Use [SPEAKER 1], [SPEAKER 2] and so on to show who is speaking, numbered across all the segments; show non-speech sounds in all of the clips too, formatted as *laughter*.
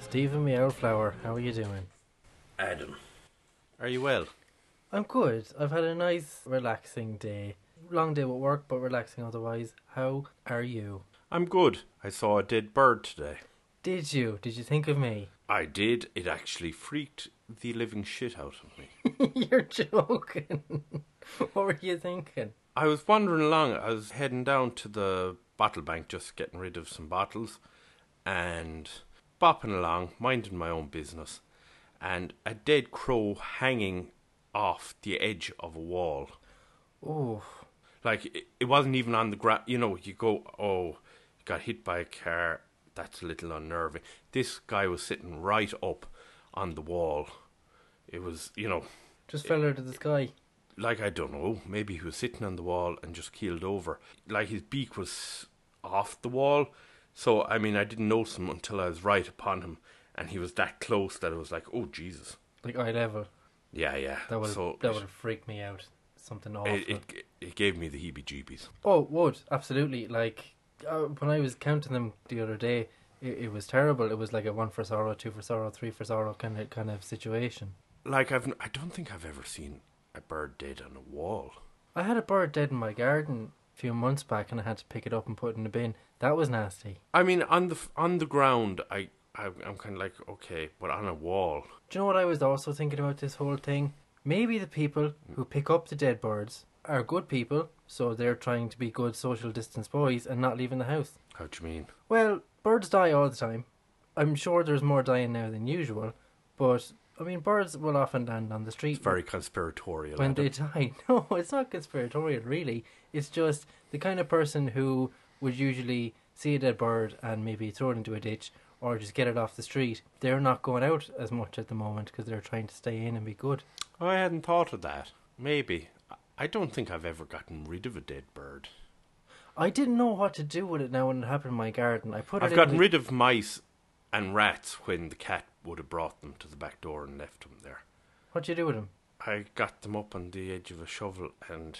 [SPEAKER 1] Stephen Meowflower, how are you doing?
[SPEAKER 2] Adam. Are you well?
[SPEAKER 1] I'm good. I've had a nice, relaxing day. Long day at work, but relaxing otherwise. How are you?
[SPEAKER 2] I'm good. I saw a dead bird today.
[SPEAKER 1] Did you? Did you think of me?
[SPEAKER 2] I did. It actually freaked the living shit out of me.
[SPEAKER 1] *laughs* You're joking. *laughs* what were you thinking?
[SPEAKER 2] I was wandering along. I was heading down to the bottle bank, just getting rid of some bottles, and bopping along, minding my own business, and a dead crow hanging off the edge of a wall.
[SPEAKER 1] Oh,
[SPEAKER 2] Like it, it wasn't even on the ground. You know, you go, oh, got hit by a car. That's a little unnerving. This guy was sitting right up on the wall. It was, you know,
[SPEAKER 1] just fell out of the sky.
[SPEAKER 2] like I don't know, maybe he was sitting on the wall and just keeled over. Like his beak was off the wall, so I mean I didn't notice him until I was right upon him, and he was that close that I was like, oh Jesus,
[SPEAKER 1] Like eye level.
[SPEAKER 2] yeah, yeah.
[SPEAKER 1] That would
[SPEAKER 2] so
[SPEAKER 1] that would have freaked me out. Something awful.
[SPEAKER 2] it, it it it gave me the heebie-jeebies.
[SPEAKER 1] Oh, it would absolutely. Like uh, when I was counting them the other day, it, it was terrible. It was like a one for sorrow, two for sorrow, three for sorrow kind of kind of situation.
[SPEAKER 2] Like I've n- I don't think I've ever seen a bird dead on a wall.
[SPEAKER 1] I had a bird dead in my garden a few months back, and I had to pick it up and put it in the bin. That was nasty.
[SPEAKER 2] I mean on the f- on the ground, I, I I'm kind of like okay, but on a wall,
[SPEAKER 1] Do you know what I was also thinking about this whole thing? Maybe the people who pick up the dead birds are good people, so they're trying to be good social distance boys and not leaving the house.
[SPEAKER 2] how do you mean?
[SPEAKER 1] Well, birds die all the time. I'm sure there's more dying now than usual, but I mean, birds will often land on the street
[SPEAKER 2] It's very conspiratorial.
[SPEAKER 1] when
[SPEAKER 2] Adam.
[SPEAKER 1] they die. *laughs* No, it's not conspiratorial, really. It's just the kind of person who would usually see a dead bird and maybe throw it into a ditch or just get it off the street. They're not going out as much at the moment because they're trying to stay in and be good.
[SPEAKER 2] Oh, I hadn't thought of that. Maybe. I- I don't think I've ever gotten rid of a dead bird.
[SPEAKER 1] I didn't know what to do with it now when it happened in my garden. I put it
[SPEAKER 2] I've
[SPEAKER 1] in
[SPEAKER 2] gotten
[SPEAKER 1] the-
[SPEAKER 2] rid of mice and rats when the cat would have brought them to the back door and left them there.
[SPEAKER 1] What do you do with them?
[SPEAKER 2] I got them up on the edge of a shovel and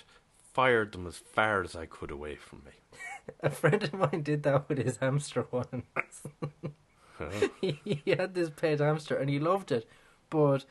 [SPEAKER 2] fired them as far as I could away from me.
[SPEAKER 1] *laughs* A friend of mine did that with his hamster once.
[SPEAKER 2] *laughs* Huh?
[SPEAKER 1] *laughs* he had this pet hamster and he loved it. But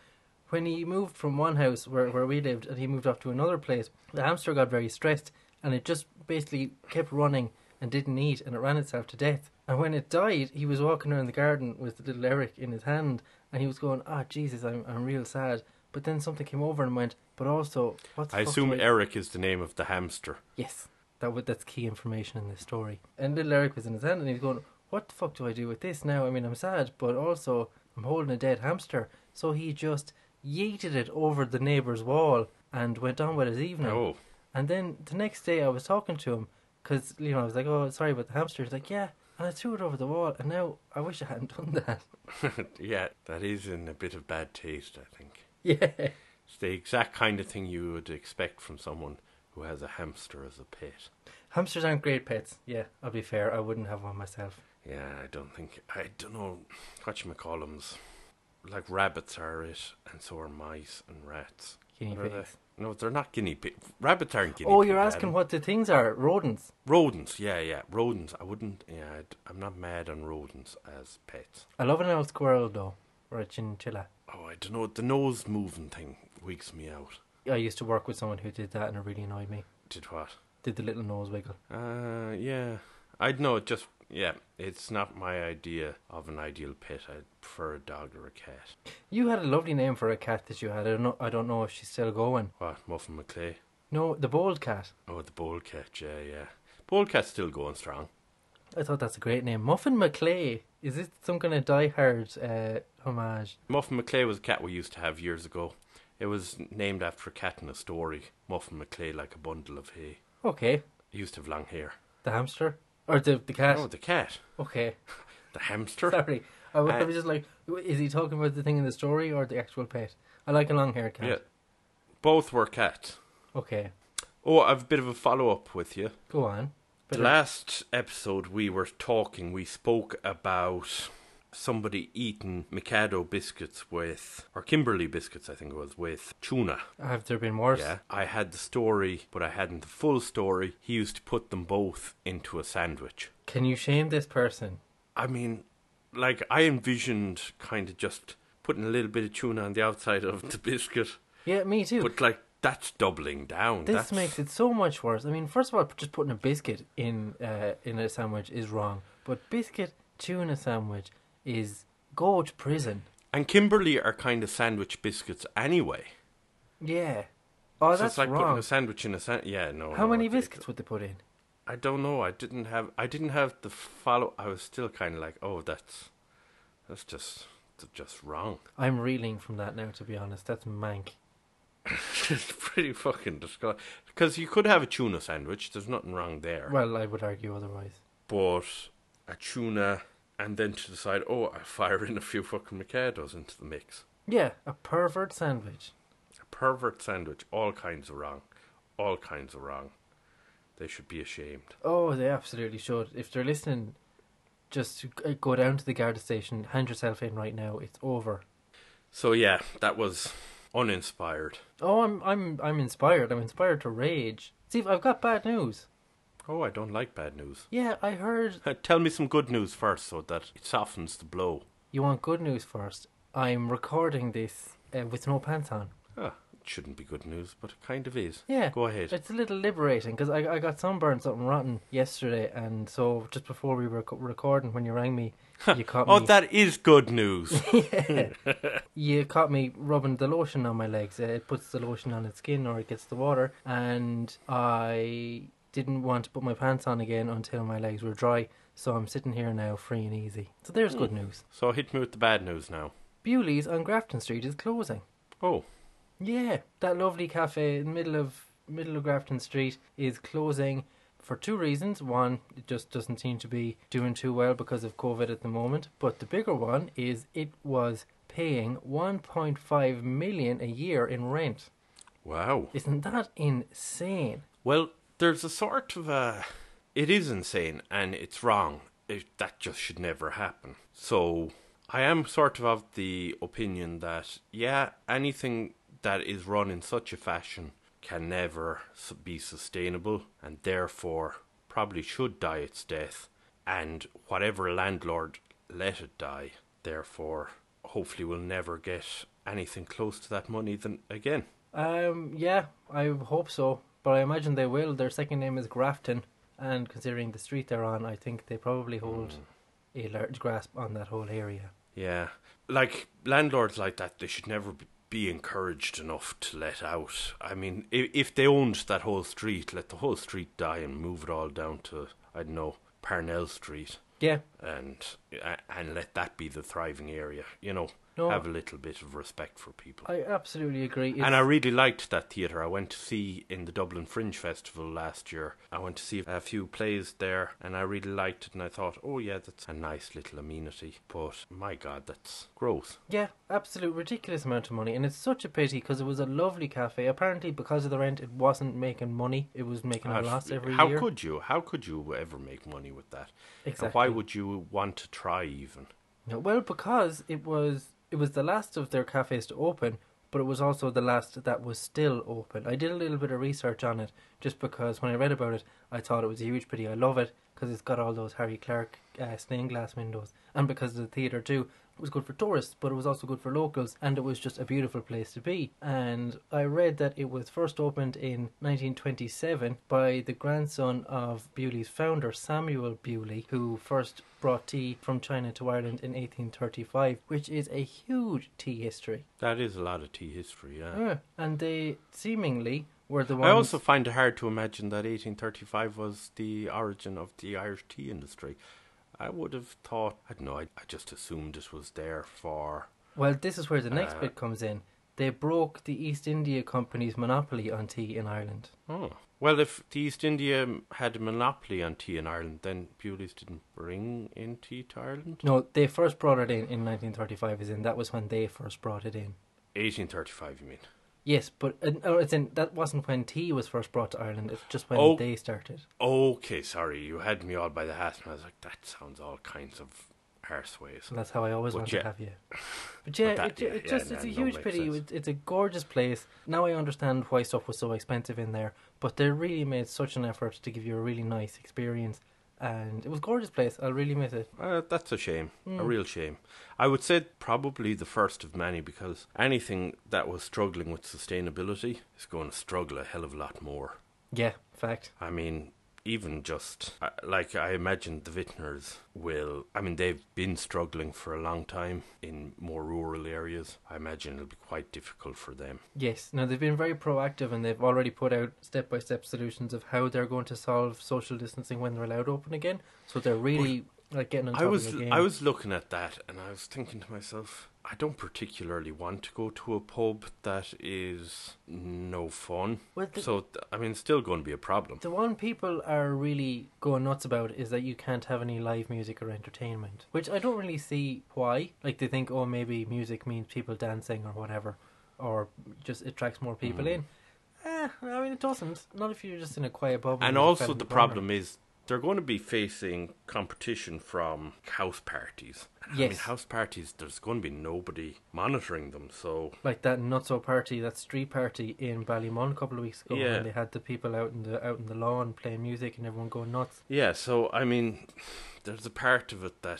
[SPEAKER 1] when he moved from one house where, where we lived and he moved off to another place, the hamster got very stressed and it just basically kept running and didn't eat and it ran itself to death. And when it died, he was walking around the garden with little Eric in his hand and he was going, Ah, Jesus, I'm, I'm real sad. But then something came over and went, But also, what's
[SPEAKER 2] I assume Eric is the name of the hamster.
[SPEAKER 1] Yes, that would, that's key information in this story. And little Eric was in his hand, and he was going, "What the fuck do I do with this now? I mean, I'm sad, but also I'm holding a dead hamster." So he just yeeted it over the neighbour's wall and went on with his evening.
[SPEAKER 2] Oh,
[SPEAKER 1] And then the next day, I was talking to him because you know I was like, "Oh, sorry about the hamster." He's like, "Yeah," and I threw it over the wall, and now I wish I hadn't *laughs* done that.
[SPEAKER 2] yeah, that is in a bit of bad taste, I think.
[SPEAKER 1] yeah.
[SPEAKER 2] It's the exact kind of thing you would expect from someone who has a hamster as a pet.
[SPEAKER 1] Hamsters aren't great pets. Yeah, I'll be fair. I wouldn't have one myself.
[SPEAKER 2] Yeah, I don't think I don't know what you call Like rabbits are it, and so are mice and rats.
[SPEAKER 1] Guinea
[SPEAKER 2] What are
[SPEAKER 1] pigs.
[SPEAKER 2] they? No, they're not guinea pigs. Rabbits aren't guinea.
[SPEAKER 1] Oh, you're
[SPEAKER 2] pigs,
[SPEAKER 1] asking
[SPEAKER 2] Adam.
[SPEAKER 1] what the things are? Rodents.
[SPEAKER 2] Rodents. Yeah, yeah, rodents. I wouldn't. Yeah, I'd, I'm not mad on rodents as pets.
[SPEAKER 1] I love an old squirrel though, or a chinchilla.
[SPEAKER 2] Oh, I don't know. The nose moving thing wigs me out.
[SPEAKER 1] I used to work with someone who did that, and it really annoyed me.
[SPEAKER 2] Did what?
[SPEAKER 1] Did the little nose wiggle?
[SPEAKER 2] Uh, yeah. I'd know. It just yeah. It's not my idea of an ideal pet. I'd prefer a dog or a cat.
[SPEAKER 1] You had a lovely name for a cat that you had. I don't know. I don't know if she's still going.
[SPEAKER 2] What? Muffin McClay.
[SPEAKER 1] No, the bald cat.
[SPEAKER 2] Oh, the bowl cat, yeah, yeah. Bowl cat's still going strong.
[SPEAKER 1] I thought that's a great name. Muffin McClay. Is it some kind of diehard uh, homage?
[SPEAKER 2] Muffin McClay was a cat we used to have years ago. It was named after a cat in a story. Muffin McClay, like a bundle of hay.
[SPEAKER 1] Okay,
[SPEAKER 2] He used to have long hair.
[SPEAKER 1] the hamster or the the cat.
[SPEAKER 2] Oh, the cat.
[SPEAKER 1] Okay,
[SPEAKER 2] The hamster.
[SPEAKER 1] sorry. I was, I
[SPEAKER 2] Uh,
[SPEAKER 1] was just like, is he talking about the thing in the story or the actual pet? I like a long haired cat.
[SPEAKER 2] Yeah. Both were cats.
[SPEAKER 1] Okay,
[SPEAKER 2] Oh, I've a bit of a follow up with you.
[SPEAKER 1] go on.
[SPEAKER 2] The
[SPEAKER 1] Better-
[SPEAKER 2] last episode we were talking, we spoke about somebody eating Mikado biscuits with, or Kimberly biscuits, I think it was, with tuna.
[SPEAKER 1] Have there been worse?
[SPEAKER 2] Yeah, I had the story, but I hadn't the full story. He used to put them both into a sandwich.
[SPEAKER 1] Can you shame this person?
[SPEAKER 2] I mean, like, I envisioned kind of just putting a little bit of tuna on the outside of the biscuit,
[SPEAKER 1] Yeah, me too.
[SPEAKER 2] but like, that's doubling down.
[SPEAKER 1] this
[SPEAKER 2] that's,
[SPEAKER 1] makes it so much worse. I mean, first of all, just putting a biscuit in uh, in a sandwich is wrong. But biscuit tuna sandwich is go to prison.
[SPEAKER 2] And Kimberly are kind of sandwich biscuits anyway.
[SPEAKER 1] Yeah. Oh,
[SPEAKER 2] so
[SPEAKER 1] that's
[SPEAKER 2] it's like putting
[SPEAKER 1] wrong.
[SPEAKER 2] a sandwich in a sand. Yeah, no.
[SPEAKER 1] How
[SPEAKER 2] no,
[SPEAKER 1] many
[SPEAKER 2] it-
[SPEAKER 1] biscuits would they put in?
[SPEAKER 2] I don't know. I didn't have. I didn't have the follow. I was still kind of like, oh, that's, that's just, that's just wrong. *laughs*
[SPEAKER 1] I'm reeling from that now. To be honest, that's mank.
[SPEAKER 2] it's pretty fucking disgusting. Because you could have a tuna sandwich. There's nothing wrong there.
[SPEAKER 1] Well, I would argue otherwise.
[SPEAKER 2] But a tuna, and then to decide, oh, I fire in a few fucking Mikados into the mix.
[SPEAKER 1] Yeah, a pervert sandwich.
[SPEAKER 2] A pervert sandwich. All kinds of wrong. All kinds of wrong. They should be ashamed.
[SPEAKER 1] Oh, they absolutely should. If they're listening, just g- go down to the Garda station, hand yourself in right now. It's over.
[SPEAKER 2] So yeah, that was uninspired.
[SPEAKER 1] Oh, I'm I'm I'm inspired. I'm inspired to rage. Steve, I've got bad news.
[SPEAKER 2] Oh, I don't like bad news. Uh,
[SPEAKER 1] Yeah, I heard
[SPEAKER 2] Tell me some good news first so that it softens the blow.
[SPEAKER 1] you want good news first. I'm recording this uh, with no pants on.
[SPEAKER 2] Ah, it shouldn't be good news, but it kind of
[SPEAKER 1] *laughs*
[SPEAKER 2] is.
[SPEAKER 1] Yeah.
[SPEAKER 2] Go ahead.
[SPEAKER 1] It's a little liberating because I, I got sunburned something rotten yesterday, and so just before we were co- recording, when you rang me, you caught
[SPEAKER 2] oh,
[SPEAKER 1] me.
[SPEAKER 2] that is good news. *laughs*
[SPEAKER 1] you caught me rubbing the lotion on my legs. Uh, It puts the lotion on its skin, or it gets the water, and I didn't want to put my pants on again until my legs were dry. So I'm sitting here now, free and easy. So there's good news.
[SPEAKER 2] so hit me with the bad news now.
[SPEAKER 1] Bewley's on Grafton Street is closing.
[SPEAKER 2] Oh,
[SPEAKER 1] Yeah, that lovely cafe in the middle of middle of Grafton Street is closing for two reasons. One, it just doesn't seem to be doing too well because of COVID at the moment. But the bigger one is it was paying 1.5 million a year in rent.
[SPEAKER 2] wow.
[SPEAKER 1] Isn't that insane?
[SPEAKER 2] Well, there's a sort of a. It is insane and it's wrong. It, that just should never happen. So, I am sort of of the opinion that, yeah, anything that is run in such a fashion can never s- be sustainable and therefore probably should die its death. And whatever landlord let it die, therefore, hopefully, will never get anything close to that money then again.
[SPEAKER 1] Um, yeah, I hope so, but I imagine they will. Their second name is Grafton, and considering the street they're on, I think they probably hold a large grasp on that whole area.
[SPEAKER 2] Yeah. Like landlords like that, they should never b- be encouraged enough to let out. I mean, if, if they owned that whole street, let the whole street die and move it all down to, I don't know, Parnell Street
[SPEAKER 1] Yeah,
[SPEAKER 2] and a- and let that be the thriving area, you know.
[SPEAKER 1] No.
[SPEAKER 2] Have a little bit of respect for people.
[SPEAKER 1] Oh. I absolutely agree. It's-
[SPEAKER 2] and I really liked that theatre. I went to see in the Dublin Fringe Festival last year. I went to see a few plays there, and I really liked it. And I thought, oh yeah, that's a nice little amenity. But my God, that's gross.
[SPEAKER 1] Yeah, absolute ridiculous amount of money, and it's such a pity because it was a lovely cafe. Apparently, because of the rent, it wasn't making money; it was making a
[SPEAKER 2] Absolutely.
[SPEAKER 1] loss every
[SPEAKER 2] how
[SPEAKER 1] year.
[SPEAKER 2] could you? How could you ever make money with that? And
[SPEAKER 1] exactly?
[SPEAKER 2] why would you want to try even?
[SPEAKER 1] No, well, because it was it was the last of their cafes to open, but it was also the last that was still open. I did a little bit of research on it just because when I read about it, I thought it was a huge pity. I love it because it's got all those Harry Clark uh, stained glass windows, and because of the theatre too. It was good for tourists, but it was also good for locals, and it was just a beautiful place to be. And I read that it was first opened in 1927 by the grandson of Bewley's founder, Samuel Bewley, who first brought tea from China to Ireland in 1835, which is a huge tea history.
[SPEAKER 2] That is a lot of tea history, yeah.
[SPEAKER 1] Yeah, And they seemingly were the ones.
[SPEAKER 2] I also find it hard to imagine that 1835 was the origin of the Irish tea industry. I would have thought, I don't know, I, I just assumed it was there for.
[SPEAKER 1] Well, this is where the next
[SPEAKER 2] Uh,
[SPEAKER 1] bit comes in. They broke the East India Company's monopoly on tea in Ireland.
[SPEAKER 2] Oh. Well, if the East India had a monopoly on tea in Ireland, then Bewley's didn't bring in tea to Ireland?
[SPEAKER 1] No, they first brought it in in 1935, as in that was when they first brought it in.
[SPEAKER 2] 1835, you mean?
[SPEAKER 1] Yes, but uh, no, it's in, that wasn't when tea was first brought to Ireland. It's just when
[SPEAKER 2] Oh.
[SPEAKER 1] they started.
[SPEAKER 2] Okay, sorry, you had me all by the hat, and I was like, that sounds all kinds of arseways.
[SPEAKER 1] So that's how I always
[SPEAKER 2] But
[SPEAKER 1] want
[SPEAKER 2] yeah.
[SPEAKER 1] to
[SPEAKER 2] *laughs*
[SPEAKER 1] have you. But yeah,
[SPEAKER 2] But that-
[SPEAKER 1] it, it
[SPEAKER 2] yeah,
[SPEAKER 1] just
[SPEAKER 2] yeah,
[SPEAKER 1] it's a
[SPEAKER 2] no,
[SPEAKER 1] huge
[SPEAKER 2] makes
[SPEAKER 1] pity.
[SPEAKER 2] sense.
[SPEAKER 1] It's, it's a gorgeous place. Now I understand why stuff was so expensive in there, but they really made such an effort to give you a really nice experience, and it was a gorgeous place. I'll really miss it.
[SPEAKER 2] Uh, that's a shame, a
[SPEAKER 1] Mm.
[SPEAKER 2] real shame. I would say probably the first of many because anything that was struggling with sustainability is going to struggle a hell of a lot more.
[SPEAKER 1] Yeah, fact.
[SPEAKER 2] I mean, even just uh, like I imagine the vintners will. I mean, they've been struggling for a long time in more rural areas. I imagine it'll be quite difficult for them.
[SPEAKER 1] Yes. Now they've been very proactive, and they've already put out step by step solutions of how they're going to solve social distancing when they're allowed to open again. So they're really like getting on top
[SPEAKER 2] I was
[SPEAKER 1] of the game.
[SPEAKER 2] I was looking at that and I was thinking to myself, I don't particularly want to go to a pub that is no fun.
[SPEAKER 1] well, the,
[SPEAKER 2] So th- I mean, it's still going to be a problem.
[SPEAKER 1] The one people are really going nuts about is that you can't have any live music or entertainment, which I don't really see why. Like they think, oh, maybe music means people dancing or whatever, or just attracts more people
[SPEAKER 2] Mm.
[SPEAKER 1] in. Eh, I mean, it doesn't. Not if you're just in a quiet bubble.
[SPEAKER 2] And
[SPEAKER 1] with a
[SPEAKER 2] also,
[SPEAKER 1] fellow
[SPEAKER 2] the
[SPEAKER 1] runner.
[SPEAKER 2] problem is they're going to be facing competition from house parties. I mean,
[SPEAKER 1] Yes.
[SPEAKER 2] house parties. There's going to be nobody monitoring them. So
[SPEAKER 1] Like that nutso party, that street party in Ballymun a couple of weeks ago,
[SPEAKER 2] Yeah.
[SPEAKER 1] when they had the people out in the out in the lawn playing music and everyone going nuts.
[SPEAKER 2] yeah. So I mean, there's a part of it that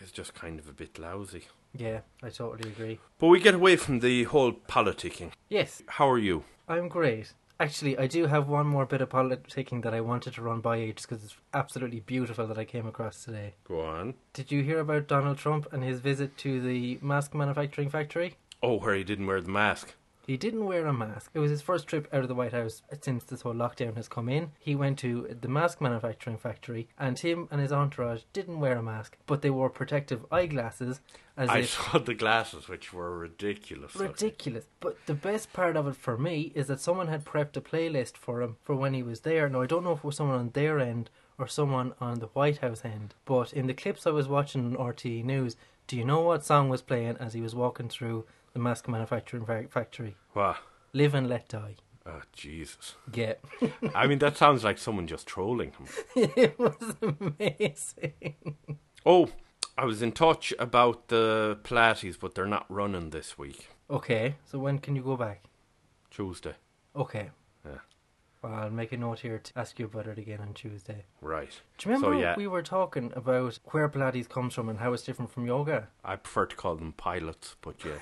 [SPEAKER 2] is just kind of a bit lousy.
[SPEAKER 1] Yeah, I totally agree.
[SPEAKER 2] But we get away from the whole politicking.
[SPEAKER 1] Yes,
[SPEAKER 2] How are you?
[SPEAKER 1] I'm great. Actually, I do have one more bit of politicking that I wanted to run by you just because it's absolutely beautiful that I came across today.
[SPEAKER 2] Go on.
[SPEAKER 1] Did you hear about Donald Trump and his visit to the mask manufacturing factory?
[SPEAKER 2] Oh, where he didn't wear the mask.
[SPEAKER 1] He didn't wear a mask. It was his first trip out of the White House since this whole lockdown has come in. He went to the mask manufacturing factory, and him and his entourage didn't wear a mask, but they wore protective eyeglasses as
[SPEAKER 2] I
[SPEAKER 1] if
[SPEAKER 2] saw the glasses, which were ridiculous. looking.
[SPEAKER 1] ridiculous. But the best part of it for me is that someone had prepped a playlist for him for when he was there. Now I don't know if it was someone on their end or someone on the White House end, but in the clips I was watching on RTE News, do you know what song was playing as he was walking through the mask manufacturing fa- factory?
[SPEAKER 2] Wow.
[SPEAKER 1] Live and Let Die.
[SPEAKER 2] Oh, Jesus.
[SPEAKER 1] Yeah,
[SPEAKER 2] I mean, that sounds like someone just trolling him.
[SPEAKER 1] it was amazing.
[SPEAKER 2] Oh, I was in touch about the Pilates, but they're not running this week,
[SPEAKER 1] *laughs* Okay, so when can you go back?
[SPEAKER 2] Tuesday.
[SPEAKER 1] Okay.
[SPEAKER 2] Yeah.
[SPEAKER 1] Well, I'll make a note here to ask you about it again on Tuesday.
[SPEAKER 2] Right.
[SPEAKER 1] Do you remember
[SPEAKER 2] So, yeah.
[SPEAKER 1] we were talking about where Pilates comes from and how it's different from yoga?
[SPEAKER 2] I prefer to call them pilots, but yes.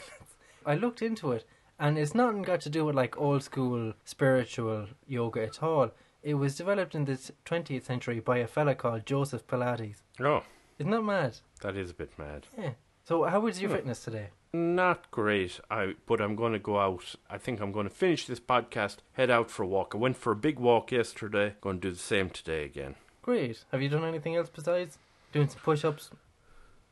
[SPEAKER 1] I looked into it, and it's nothing got to do with like old school spiritual yoga at all. It was developed in the s- 20th century by a fella called Joseph Pilates.
[SPEAKER 2] oh,
[SPEAKER 1] Isn't that mad?
[SPEAKER 2] that is a bit mad.
[SPEAKER 1] Yeah. So, how was your
[SPEAKER 2] Hmm.
[SPEAKER 1] fitness today?
[SPEAKER 2] Not great. I but I'm going to go out. I think I'm going to finish this podcast. Head out for a walk. I went for a big walk yesterday. Going to do the same today again.
[SPEAKER 1] Great. Have you done anything else besides doing some push ups?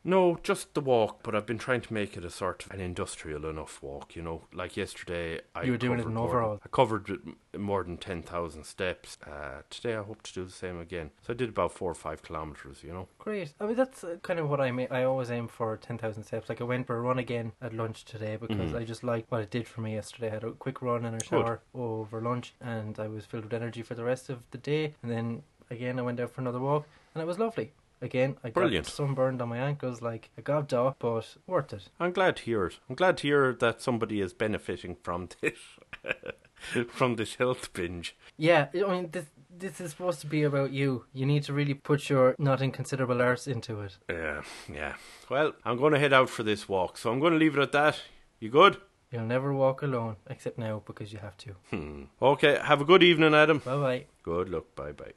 [SPEAKER 2] No, just the walk. But I've been trying to make it a sort of an industrial enough walk. You know, like yesterday, I
[SPEAKER 1] You were doing it
[SPEAKER 2] covered
[SPEAKER 1] in
[SPEAKER 2] more than-
[SPEAKER 1] overalls.
[SPEAKER 2] I covered m- more than ten thousand steps. Uh, today, I hope to do the same again. So I did about four or five kilometers. You know.
[SPEAKER 1] Great. I mean, that's uh, kind of what I ma- I always aim for 10,000 steps. Like, I went for a run again at lunch today because
[SPEAKER 2] Mhm.
[SPEAKER 1] I just liked what it did for me yesterday. I had a quick run and a shower over lunch, and I was filled with energy for the rest of the day. And then again, I went out for another walk, and it was lovely. Again, I
[SPEAKER 2] Brilliant.
[SPEAKER 1] got sunburned on my ankles like a gobdaw, but worth it.
[SPEAKER 2] I'm glad to hear it. I'm glad to hear that somebody is benefiting from *laughs* this from this health binge.
[SPEAKER 1] Yeah, I mean, this, this is supposed to be about you. You need to really put your not inconsiderable arse into it.
[SPEAKER 2] Yeah, Uh, yeah. Well, I'm going to head out for this walk, so I'm going to leave it at that. You good?
[SPEAKER 1] You'll never walk alone, except now because you have to.
[SPEAKER 2] Hmm. Okay. Have a good evening, Adam.
[SPEAKER 1] Bye bye.
[SPEAKER 2] Good luck. Bye bye.